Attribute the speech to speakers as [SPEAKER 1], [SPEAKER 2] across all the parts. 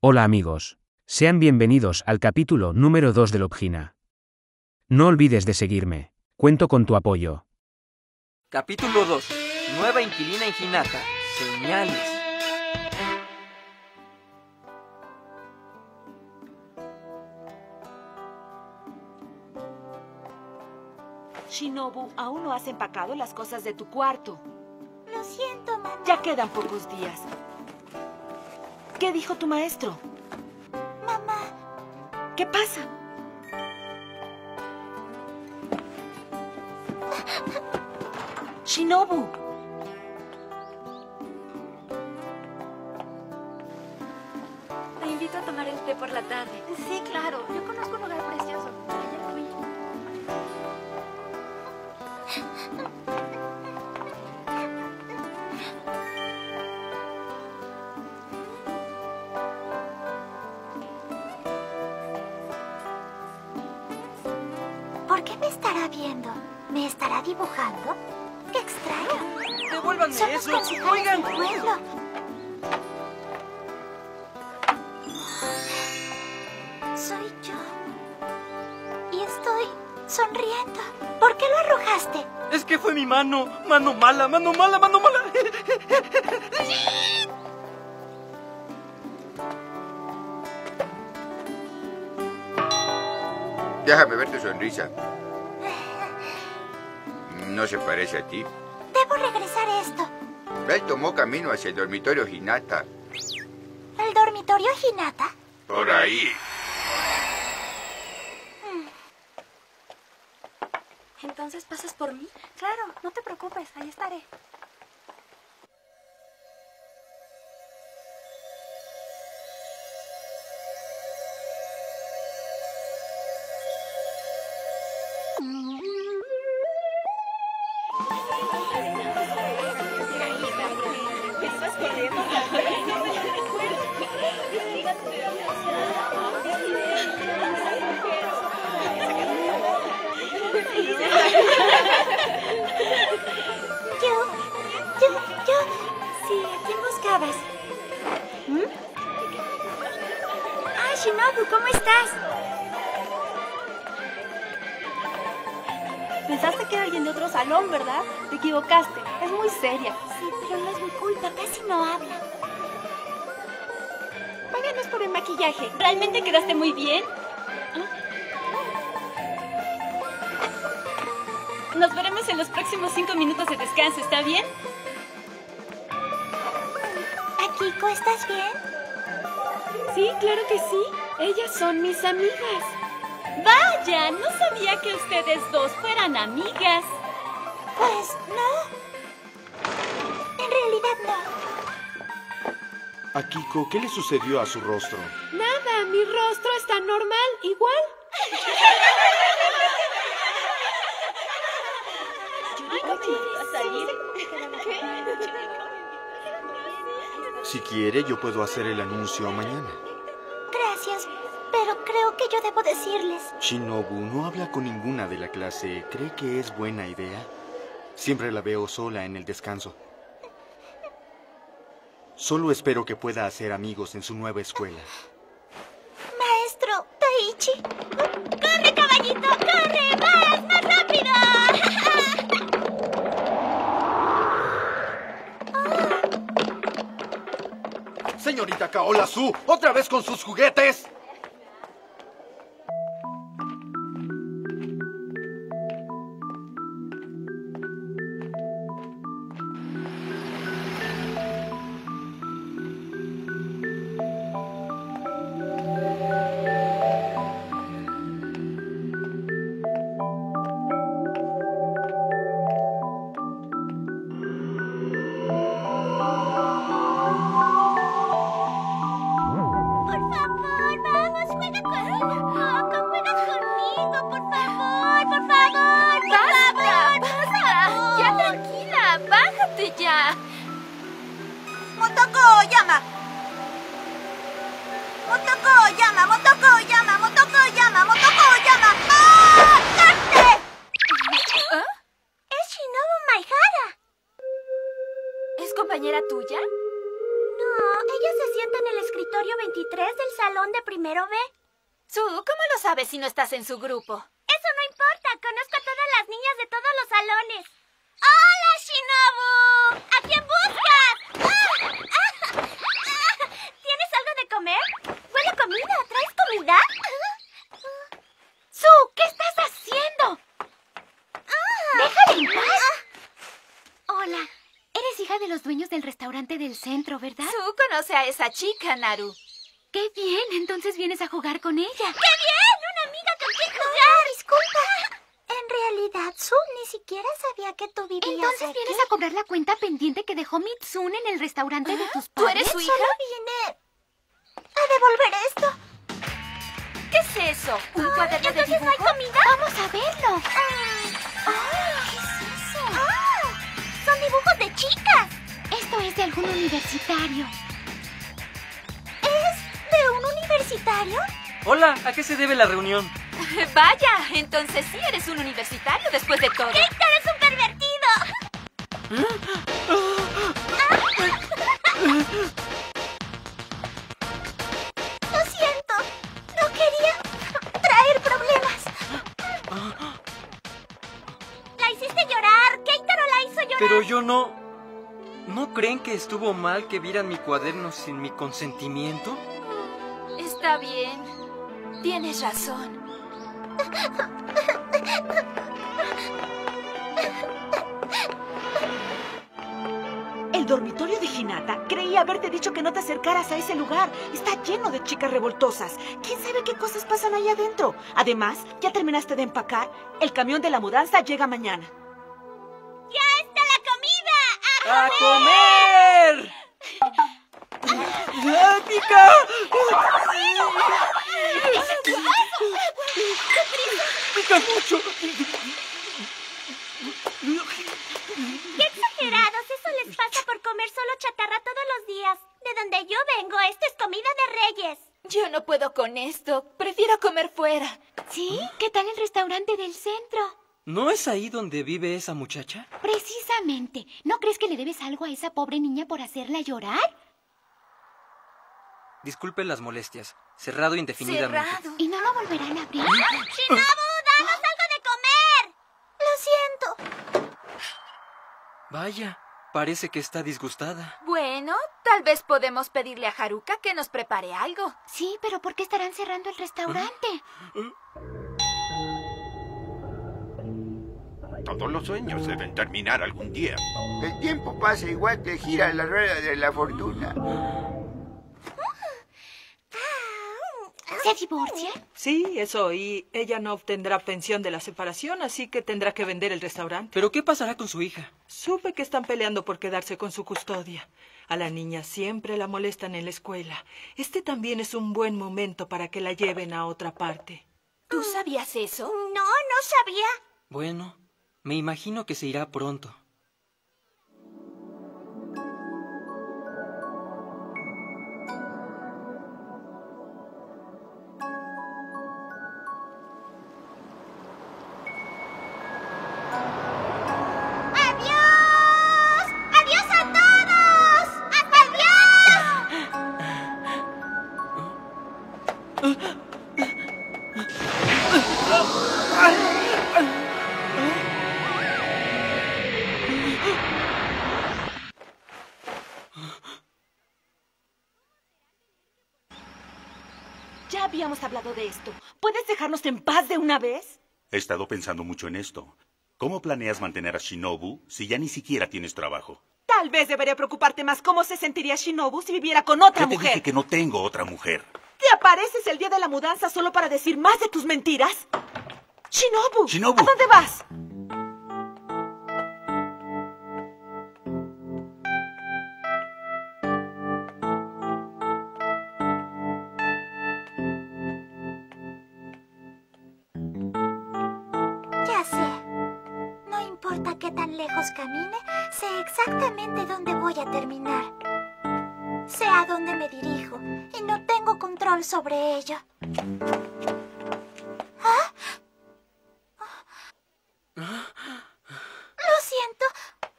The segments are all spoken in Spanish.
[SPEAKER 1] Hola amigos. Sean bienvenidos al capítulo número 2 de Lobgina. No olvides de seguirme. Cuento con tu apoyo.
[SPEAKER 2] Capítulo 2. Nueva inquilina en Hinata. Señales.
[SPEAKER 3] Shinobu, aún no has empacado las cosas de tu cuarto.
[SPEAKER 4] Lo siento, mamá.
[SPEAKER 3] Ya quedan pocos días. ¿Qué dijo tu maestro?
[SPEAKER 4] Mamá,
[SPEAKER 3] ¿Qué pasa? Shinobu,
[SPEAKER 5] Te invito a tomar el té por la tarde.
[SPEAKER 4] Sí, claro.
[SPEAKER 5] Yo conozco un lugar precioso. Allá fui.
[SPEAKER 4] ¿Por qué me estará viendo? ¿Me estará dibujando? ¡Qué extraño!
[SPEAKER 2] Devuélvanme
[SPEAKER 4] Somos
[SPEAKER 2] eso.
[SPEAKER 4] concejales
[SPEAKER 2] Oigan.
[SPEAKER 4] del pueblo. Soy yo. Y estoy sonriendo. ¿Por qué lo arrojaste?
[SPEAKER 2] Es que fue mi mano. Mano mala, mano mala, mano mala.
[SPEAKER 6] Déjame ver tu sonrisa. No se parece a ti.
[SPEAKER 4] Debo regresar esto.
[SPEAKER 6] Él tomó camino hacia el dormitorio Hinata.
[SPEAKER 4] ¿El dormitorio Hinata?
[SPEAKER 6] Por ahí.
[SPEAKER 5] Entonces pasas por mí.
[SPEAKER 4] Claro, no te preocupes, ahí estaré. Yo, yo, yo. Sí, ¿a quién buscabas? ¿Mm? Ah, Shinobu, ¿cómo estás?
[SPEAKER 3] pensaste que era alguien de otro salón, ¿verdad? Te equivocaste. Es muy seria.
[SPEAKER 4] Sí, pero no es mi culpa, casi no habla.
[SPEAKER 3] Páganos por el maquillaje. ¿Realmente quedaste muy bien? Nos veremos en los próximos cinco minutos de descanso, ¿está bien?
[SPEAKER 4] Akiko, ¿estás bien?
[SPEAKER 3] Sí, claro que sí. Ellas son mis amigas. Vaya, no sabía que ustedes dos fueran amigas.
[SPEAKER 4] Pues no. En realidad no.
[SPEAKER 7] Akiko, ¿qué le sucedió a su rostro?
[SPEAKER 3] Nada, mi rostro está normal, igual.
[SPEAKER 7] Si quiere, yo puedo hacer el anuncio mañana.
[SPEAKER 4] Gracias, pero creo que yo debo decirles.
[SPEAKER 7] Shinobu no habla con ninguna de la clase. ¿Cree que es buena idea? Siempre la veo sola en el descanso. Solo espero que pueda hacer amigos en su nueva escuela.
[SPEAKER 4] Maestro Taichi. ¡Oh! ¡Corre, caballito! ¡Corre! ¡Más! ¡Más rápido!
[SPEAKER 7] Señorita Kaola Su, otra vez con sus juguetes.
[SPEAKER 4] Por favor, vamos, juega conmigo. Coco, juega conmigo, por favor, por favor, por favor. ¡Basta!
[SPEAKER 5] Ya tranquila, bájate ya.
[SPEAKER 4] ¡Motoko llama! ¡Motoko llama! ¡Motoko llama! ¡Motoko llama! ¡Motoko llama! ¡Mátate!
[SPEAKER 5] ¿Eh?
[SPEAKER 4] Es Shinobu Maihara.
[SPEAKER 5] ¿Es compañera tuya?
[SPEAKER 4] No, ella se sienta en el escritorio 23 3 del salón de primero B.
[SPEAKER 8] Su, ¿cómo lo sabes si no estás en su grupo?
[SPEAKER 4] Eso no importa, conozco a todas las niñas de todos los salones. ¡Hola, Shinobu! ¿A quién buscas? ¡Ah! ¡Ah! ¡Ah! ¿Tienes algo de comer? Huele a comida, ¿traes comida?
[SPEAKER 8] Su, ¿qué estás haciendo? Ah.
[SPEAKER 4] ¡Déjale en paz! Hola, eres hija de los dueños del restaurante del centro, ¿verdad?
[SPEAKER 8] Su conoce a esa chica, Naru.
[SPEAKER 4] ¡Qué bien! Entonces vienes a jugar con ella. ¡Qué bien! ¡Una amiga con quien jugar! disculpa. En realidad, Su ni siquiera sabía que tú vivías Entonces vienes a cobrar la cuenta pendiente que dejó Mitsune en el restaurante de tus
[SPEAKER 8] Ah, ¿Tú
[SPEAKER 4] padres.
[SPEAKER 8] eres su hija?
[SPEAKER 4] vine a devolver esto. Ah,
[SPEAKER 8] ¿Qué es eso? ¿Un cuaderno de
[SPEAKER 4] ¿Entonces no hay
[SPEAKER 8] dibujo? Ah.
[SPEAKER 4] comida? Vamos a verlo. Ah, ¿Qué es eso? Ah, son dibujos de chicas. Esto es de algún universitario. ¿Es de un universitario?
[SPEAKER 2] Hola, ¿a qué se debe la reunión?
[SPEAKER 8] Vaya, entonces sí eres un universitario después de todo.
[SPEAKER 4] ¡Víctor es un pervertido! Lo siento, no quería traer problemas. La hiciste llorar, Keitaro la hizo llorar.
[SPEAKER 2] Pero yo no... ¿No creen que estuvo mal que vieran mi cuaderno sin mi consentimiento?
[SPEAKER 8] Está bien. Tienes razón.
[SPEAKER 3] El dormitorio de Hinata creía haberte dicho que no te acercaras a ese lugar. Está lleno de chicas revoltosas. ¿Quién sabe qué cosas pasan ahí adentro? Además, ya terminaste de empacar. El camión de la mudanza llega mañana.
[SPEAKER 4] ¡Ya está la comida!
[SPEAKER 2] ¡A comer! ¡Ah, pica! ¡Pica mucho!
[SPEAKER 4] ¡Qué exagerados! Eso les pasa por comer solo chatarra todos los días. De donde yo vengo, esto es comida de reyes.
[SPEAKER 8] Yo no puedo con esto. Prefiero comer fuera.
[SPEAKER 4] ¿Sí? ¿Qué tal el restaurante del centro?
[SPEAKER 2] ¿No es ahí donde vive esa muchacha?
[SPEAKER 4] Precisamente. ¿No crees que le debes algo a esa pobre niña por hacerla llorar?
[SPEAKER 2] Disculpe las molestias. Cerrado indefinidamente.
[SPEAKER 8] Cerrado.
[SPEAKER 4] ¿Y no lo volverán a abrir?
[SPEAKER 8] Ah,
[SPEAKER 4] ¡Shinobu, danos algo de comer! Lo siento.
[SPEAKER 2] Vaya, parece que está disgustada.
[SPEAKER 8] Bueno, tal vez podemos pedirle a Haruka que nos prepare algo. ¿Eh?
[SPEAKER 4] Sí, pero ¿por qué estarán cerrando el restaurante?
[SPEAKER 9] Todos los sueños deben terminar algún día.
[SPEAKER 6] El tiempo pasa igual que gira la rueda de la fortuna.
[SPEAKER 4] ¿Se divorcian?
[SPEAKER 10] Sí, eso, y ella no obtendrá pensión de la separación, así que tendrá que vender el restaurante.
[SPEAKER 2] ¿Pero qué pasará con su hija?
[SPEAKER 10] Supe que están peleando por quedarse con su custodia. A la niña siempre la molestan en la escuela. Este también es un buen momento para que la lleven a otra parte.
[SPEAKER 8] ¿Tú sabías eso?
[SPEAKER 4] No, no sabía.
[SPEAKER 2] Bueno, me imagino que se irá pronto.
[SPEAKER 4] ¡Adiós! ¡Adiós a todos! ¡Hasta el viernes!
[SPEAKER 3] Ya habíamos hablado de esto. ¿Puedes dejarnos en paz de una vez?
[SPEAKER 9] He estado pensando mucho en esto. ¿Cómo planeas mantener a Shinobu si ya ni siquiera tienes trabajo?
[SPEAKER 3] Tal vez debería preocuparte más cómo se sentiría Shinobu si viviera con otra
[SPEAKER 9] Ya te
[SPEAKER 3] mujer.
[SPEAKER 9] dije que no tengo otra mujer.
[SPEAKER 3] ¿Te apareces el día de la mudanza solo para decir más de tus mentiras? Shinobu,
[SPEAKER 9] Shinobu.
[SPEAKER 3] ¿a dónde vas?
[SPEAKER 4] Ya sé. No importa qué tan lejos camine, sé exactamente dónde voy a terminar. Sé a dónde me dirijo y no tengo control sobre ello. ¿Ah? Lo siento.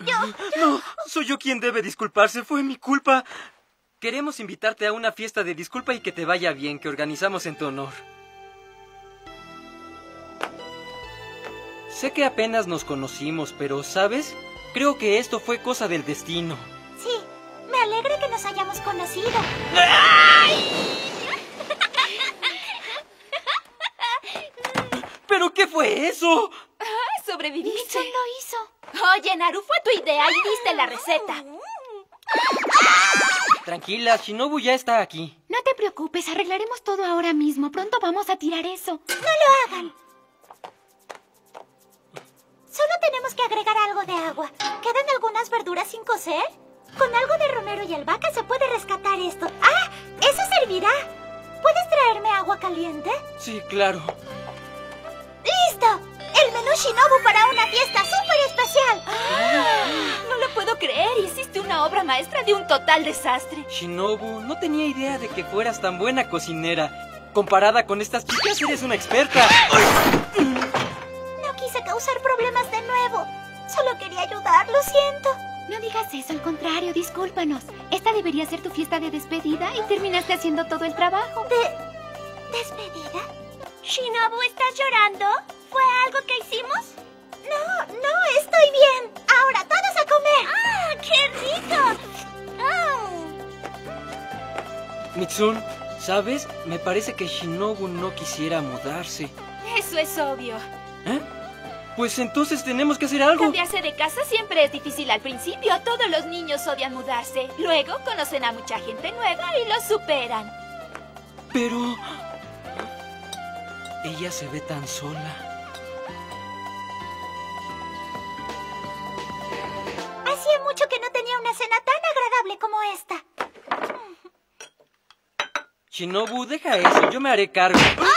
[SPEAKER 4] Yo, yo-
[SPEAKER 2] No, soy yo quien debe disculparse. Fue mi culpa. Queremos invitarte a una fiesta de disculpa y que te vaya bien que organizamos en tu honor. Sé que apenas nos conocimos, pero ¿sabes? Creo que esto fue cosa del destino.
[SPEAKER 4] Sí, me alegra que nos hayamos conocido.
[SPEAKER 2] ¿Pero qué fue eso?
[SPEAKER 8] ¡Ay, sobreviviste!
[SPEAKER 4] Nixon lo hizo.
[SPEAKER 8] Oye, Naru, fue tu idea y diste la receta.
[SPEAKER 2] Tranquila, Shinobu ya está aquí.
[SPEAKER 4] No te preocupes, arreglaremos todo ahora mismo. Pronto vamos a tirar eso. No lo hagan. Solo tenemos que agregar algo de agua. ¿Quedan algunas verduras sin cocer? Con algo de romero y albahaca se puede rescatar esto. ¡Ah! ¡Eso servirá! ¿Puedes traerme agua caliente?
[SPEAKER 2] Sí, claro.
[SPEAKER 4] ¡Listo! ¡El menú Shinobu para una fiesta súper especial!
[SPEAKER 8] No lo puedo creer. Hiciste una obra maestra de un total desastre.
[SPEAKER 2] Shinobu, no tenía idea de que fueras tan buena cocinera. Comparada con estas chicas, eres una experta.
[SPEAKER 4] No quise causar problemas de nuevo. Solo quería ayudar, lo siento. No digas eso, al contrario, discúlpanos. Esta debería ser tu fiesta de despedida y terminaste haciendo todo el trabajo. ¿De... despedida? Shinobu, ¿estás llorando? ¿Fue algo que hicimos? No, no, estoy bien. Ahora todos a comer. ¡Ah, qué rico!
[SPEAKER 2] Mitsun, ¿sabes? Me parece que Shinobu no quisiera mudarse.
[SPEAKER 8] Eso es obvio.
[SPEAKER 2] ¿Eh? Pues entonces tenemos que hacer algo.
[SPEAKER 8] Cambiarse de casa siempre es difícil al principio. Todos los niños odian mudarse. Luego conocen a mucha gente nueva y lo superan.
[SPEAKER 2] Pero... Ella se ve tan sola.
[SPEAKER 4] Hacía mucho que no tenía una cena tan agradable como esta.
[SPEAKER 2] Shinobu, deja eso, yo me haré cargo. Ah,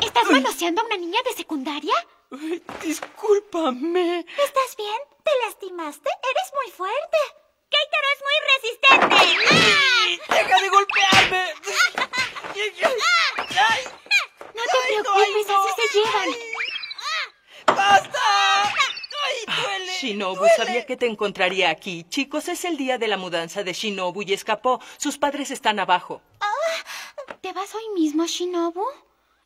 [SPEAKER 4] ¿Estás manoseando a una niña de secundaria?
[SPEAKER 2] Ay, Discúlpame.
[SPEAKER 4] ¿Estás bien? ¿Te lastimaste? Eres muy fuerte. Keitaro es muy resistente.
[SPEAKER 2] ¡Deja de golpearme! Ay,
[SPEAKER 4] No te preocupes, así se llevan.
[SPEAKER 2] ¡Basta! ¡Ay, duele!
[SPEAKER 10] Ah, Shinobu, sabía que te encontraría aquí. Chicos, es el día de la mudanza de Shinobu y escapó. Sus padres están abajo.
[SPEAKER 4] ¿Te vas hoy mismo, Shinobu?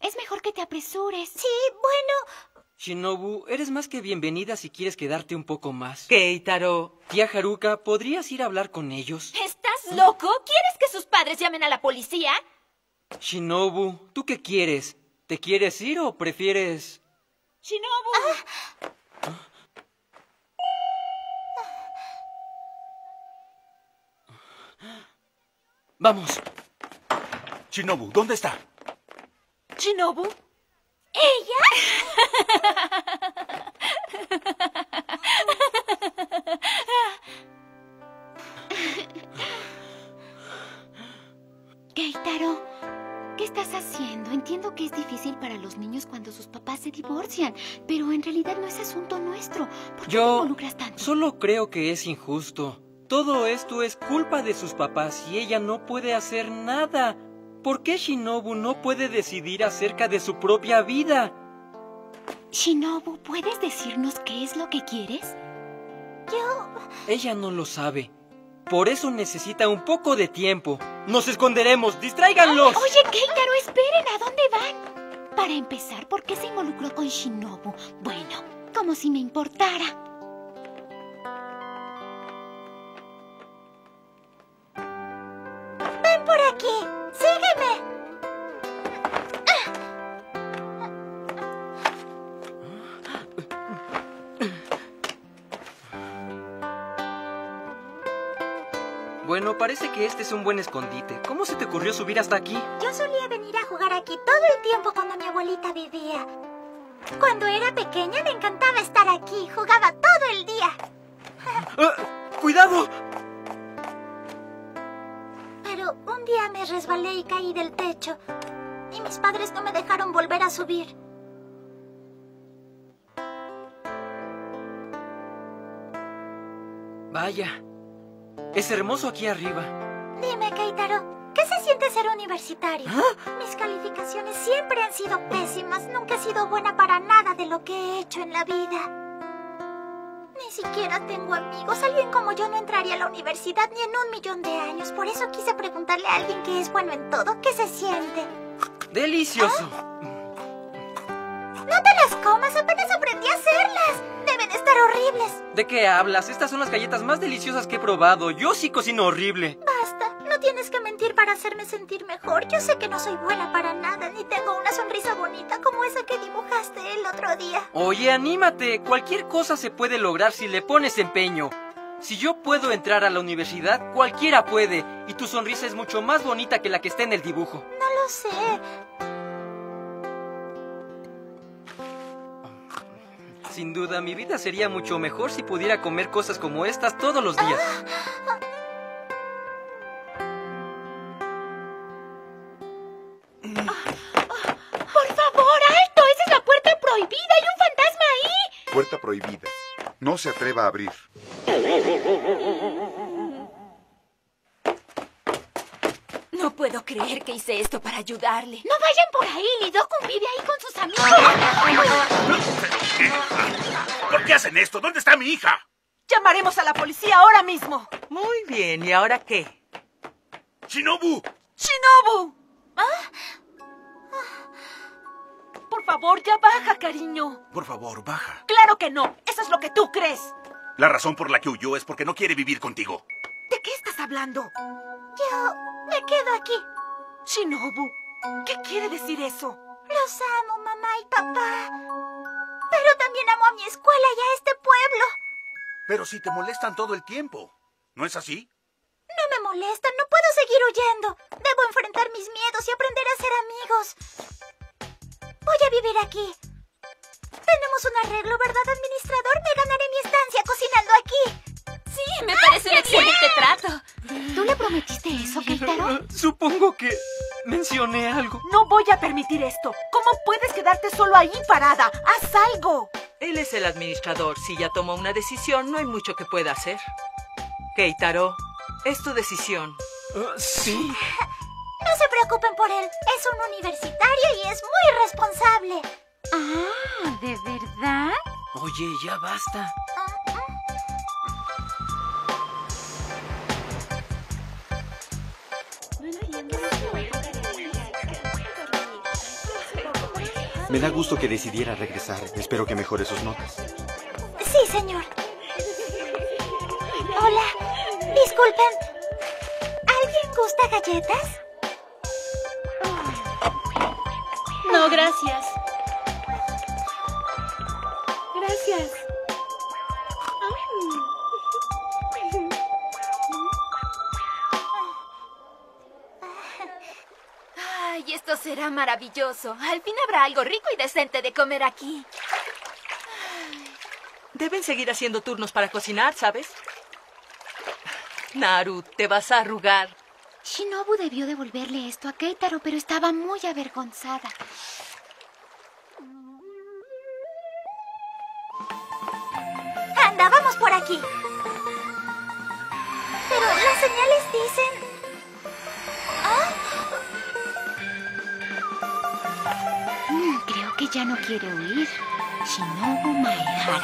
[SPEAKER 4] Es mejor que te apresures. Sí, bueno.
[SPEAKER 2] Shinobu, eres más que bienvenida si quieres quedarte un poco más.
[SPEAKER 10] Keitaro.
[SPEAKER 2] Tía Haruka, ¿podrías ir a hablar con ellos?
[SPEAKER 8] ¿Estás loco? ¿Quieres que sus padres llamen a la policía?
[SPEAKER 2] Shinobu, ¿tú qué quieres? ¿Te quieres ir o prefieres...?
[SPEAKER 8] Shinobu.
[SPEAKER 2] Vamos.
[SPEAKER 9] Shinobu, ¿dónde está?
[SPEAKER 8] Shinobu.
[SPEAKER 4] Keitaro, ¿qué estás haciendo? Entiendo que es difícil para los niños cuando sus papás se divorcian, pero en realidad no es asunto nuestro. ¿Por qué te
[SPEAKER 2] Yo
[SPEAKER 4] involucras tanto?
[SPEAKER 2] solo creo que es injusto. Todo esto es culpa de sus papás y ella no puede hacer nada. ¿Por qué Shinobu no puede decidir acerca de su propia vida?
[SPEAKER 4] Shinobu, ¿puedes decirnos qué es lo que quieres?
[SPEAKER 2] Ella no lo sabe. Por eso necesita un poco de tiempo. ¡Nos esconderemos! ¡Distráiganlos!
[SPEAKER 4] Oye, Keitaro, esperen, ¿a dónde van? Para empezar, ¿por qué se involucró con Shinobu? Bueno, como si me importara. Ven Ah, por aquí, sígueme.
[SPEAKER 2] Bueno, parece que este es un buen escondite. ¿Cómo se te ocurrió subir hasta aquí?
[SPEAKER 4] Yo solía venir a jugar aquí todo el tiempo cuando mi abuelita vivía. Cuando era pequeña me encantaba estar aquí, jugaba todo el día.
[SPEAKER 2] ¡Ah! ¡Cuidado!
[SPEAKER 4] Pero un día me resbalé y caí del techo. Y mis padres no me dejaron volver a subir.
[SPEAKER 2] Vaya. Es hermoso aquí arriba.
[SPEAKER 4] Dime, Keitaro, ¿Qué se siente ser universitario? Mis calificaciones siempre han sido pésimas. Nunca he sido buena para nada de lo que he hecho en la vida. Ni siquiera tengo amigos. Alguien como yo no entraría a la universidad ni en un millón de años. Por eso quise preguntarle a alguien que es bueno en todo qué se siente.
[SPEAKER 2] Delicioso.
[SPEAKER 4] No te las comas, apenas aprendí a hacerlas. Deben estar horribles.
[SPEAKER 2] ¿De qué hablas? Estas son las galletas más deliciosas que he probado. Yo sí cocino horrible.
[SPEAKER 4] Basta, no tienes que mentir para hacerme sentir mejor. Yo sé que no soy buena para nada, ni tengo una sonrisa bonita como esa que dibujaste el otro día.
[SPEAKER 2] Oye, anímate. Cualquier cosa se puede lograr si le pones empeño. Si yo puedo entrar a la universidad, cualquiera puede. Y tu sonrisa es mucho más bonita que la que está en el dibujo.
[SPEAKER 4] No lo sé.
[SPEAKER 2] Sin duda, mi vida sería mucho mejor si pudiera comer cosas como estas todos los días.
[SPEAKER 8] ¡Por favor, alto! ¡Esa es la puerta prohibida! ¡Hay un fantasma ahí!
[SPEAKER 11] Puerta prohibida. No se atreva a abrir.
[SPEAKER 8] No puedo creer que hice esto para ayudarle.
[SPEAKER 4] No vayan por ahí, Lido convive ahí con sus amigos.
[SPEAKER 9] ¿Por qué hacen esto? ¿Dónde está mi hija?
[SPEAKER 3] Llamaremos a la policía ahora mismo.
[SPEAKER 10] Muy bien, ¿y ahora qué?
[SPEAKER 9] ¡Shinobu!
[SPEAKER 3] ¡Shinobu! Ah. Por favor, ya baja, cariño.
[SPEAKER 9] Por favor, baja.
[SPEAKER 3] Claro que no. Eso es lo que tú crees.
[SPEAKER 9] La razón por la que huyó es porque no quiere vivir contigo.
[SPEAKER 3] ¿De qué estás hablando?
[SPEAKER 4] Yo me quedo aquí.
[SPEAKER 3] Shinobu, ¿qué quiere decir eso?
[SPEAKER 4] Los amo, mamá y papá. Pero también amo a mi escuela y a este pueblo.
[SPEAKER 9] Pero si te molestan todo el tiempo. ¿No es así?
[SPEAKER 4] No me molestan, no puedo seguir huyendo. Debo enfrentar mis miedos y aprender a ser amigos. Voy a vivir aquí. Tenemos un arreglo, ¿verdad, administrador? Me ganaré mi estancia cocinando aquí.
[SPEAKER 8] Sí, me parece un excelente trato.
[SPEAKER 4] ¿Tú le prometiste eso, Keitaro?
[SPEAKER 2] Supongo que mencioné algo.
[SPEAKER 3] No voy a permitir esto. ¿Cómo puedes quedarte solo ahí parada? ¡Haz algo!
[SPEAKER 10] Él es el administrador. Si ya tomó una decisión, no hay mucho que pueda hacer. Keitaro, es tu decisión.
[SPEAKER 2] Ah, sí.
[SPEAKER 4] No se preocupen por él. Es un universitario y es muy responsable.
[SPEAKER 12] Ah, ¿de verdad?
[SPEAKER 2] Oye, ya basta.
[SPEAKER 7] Me da gusto que decidiera regresar. Espero que mejore sus notas.
[SPEAKER 4] Sí, señor. Hola. Disculpen. ¿Alguien gusta galletas?
[SPEAKER 12] No, gracias. Gracias.
[SPEAKER 8] Ay, esto será maravilloso. Al fin habrá algo rico y decente de comer aquí.
[SPEAKER 10] Deben seguir haciendo turnos para cocinar, ¿sabes? Naru, te vas a arrugar.
[SPEAKER 12] Shinobu debió devolverle esto a Keitaro, pero estaba muy avergonzada.
[SPEAKER 4] Anda, vamos por aquí. Pero las señales dicen...
[SPEAKER 12] Mm, creo que ya no quiere huir. Shinobu Maehara.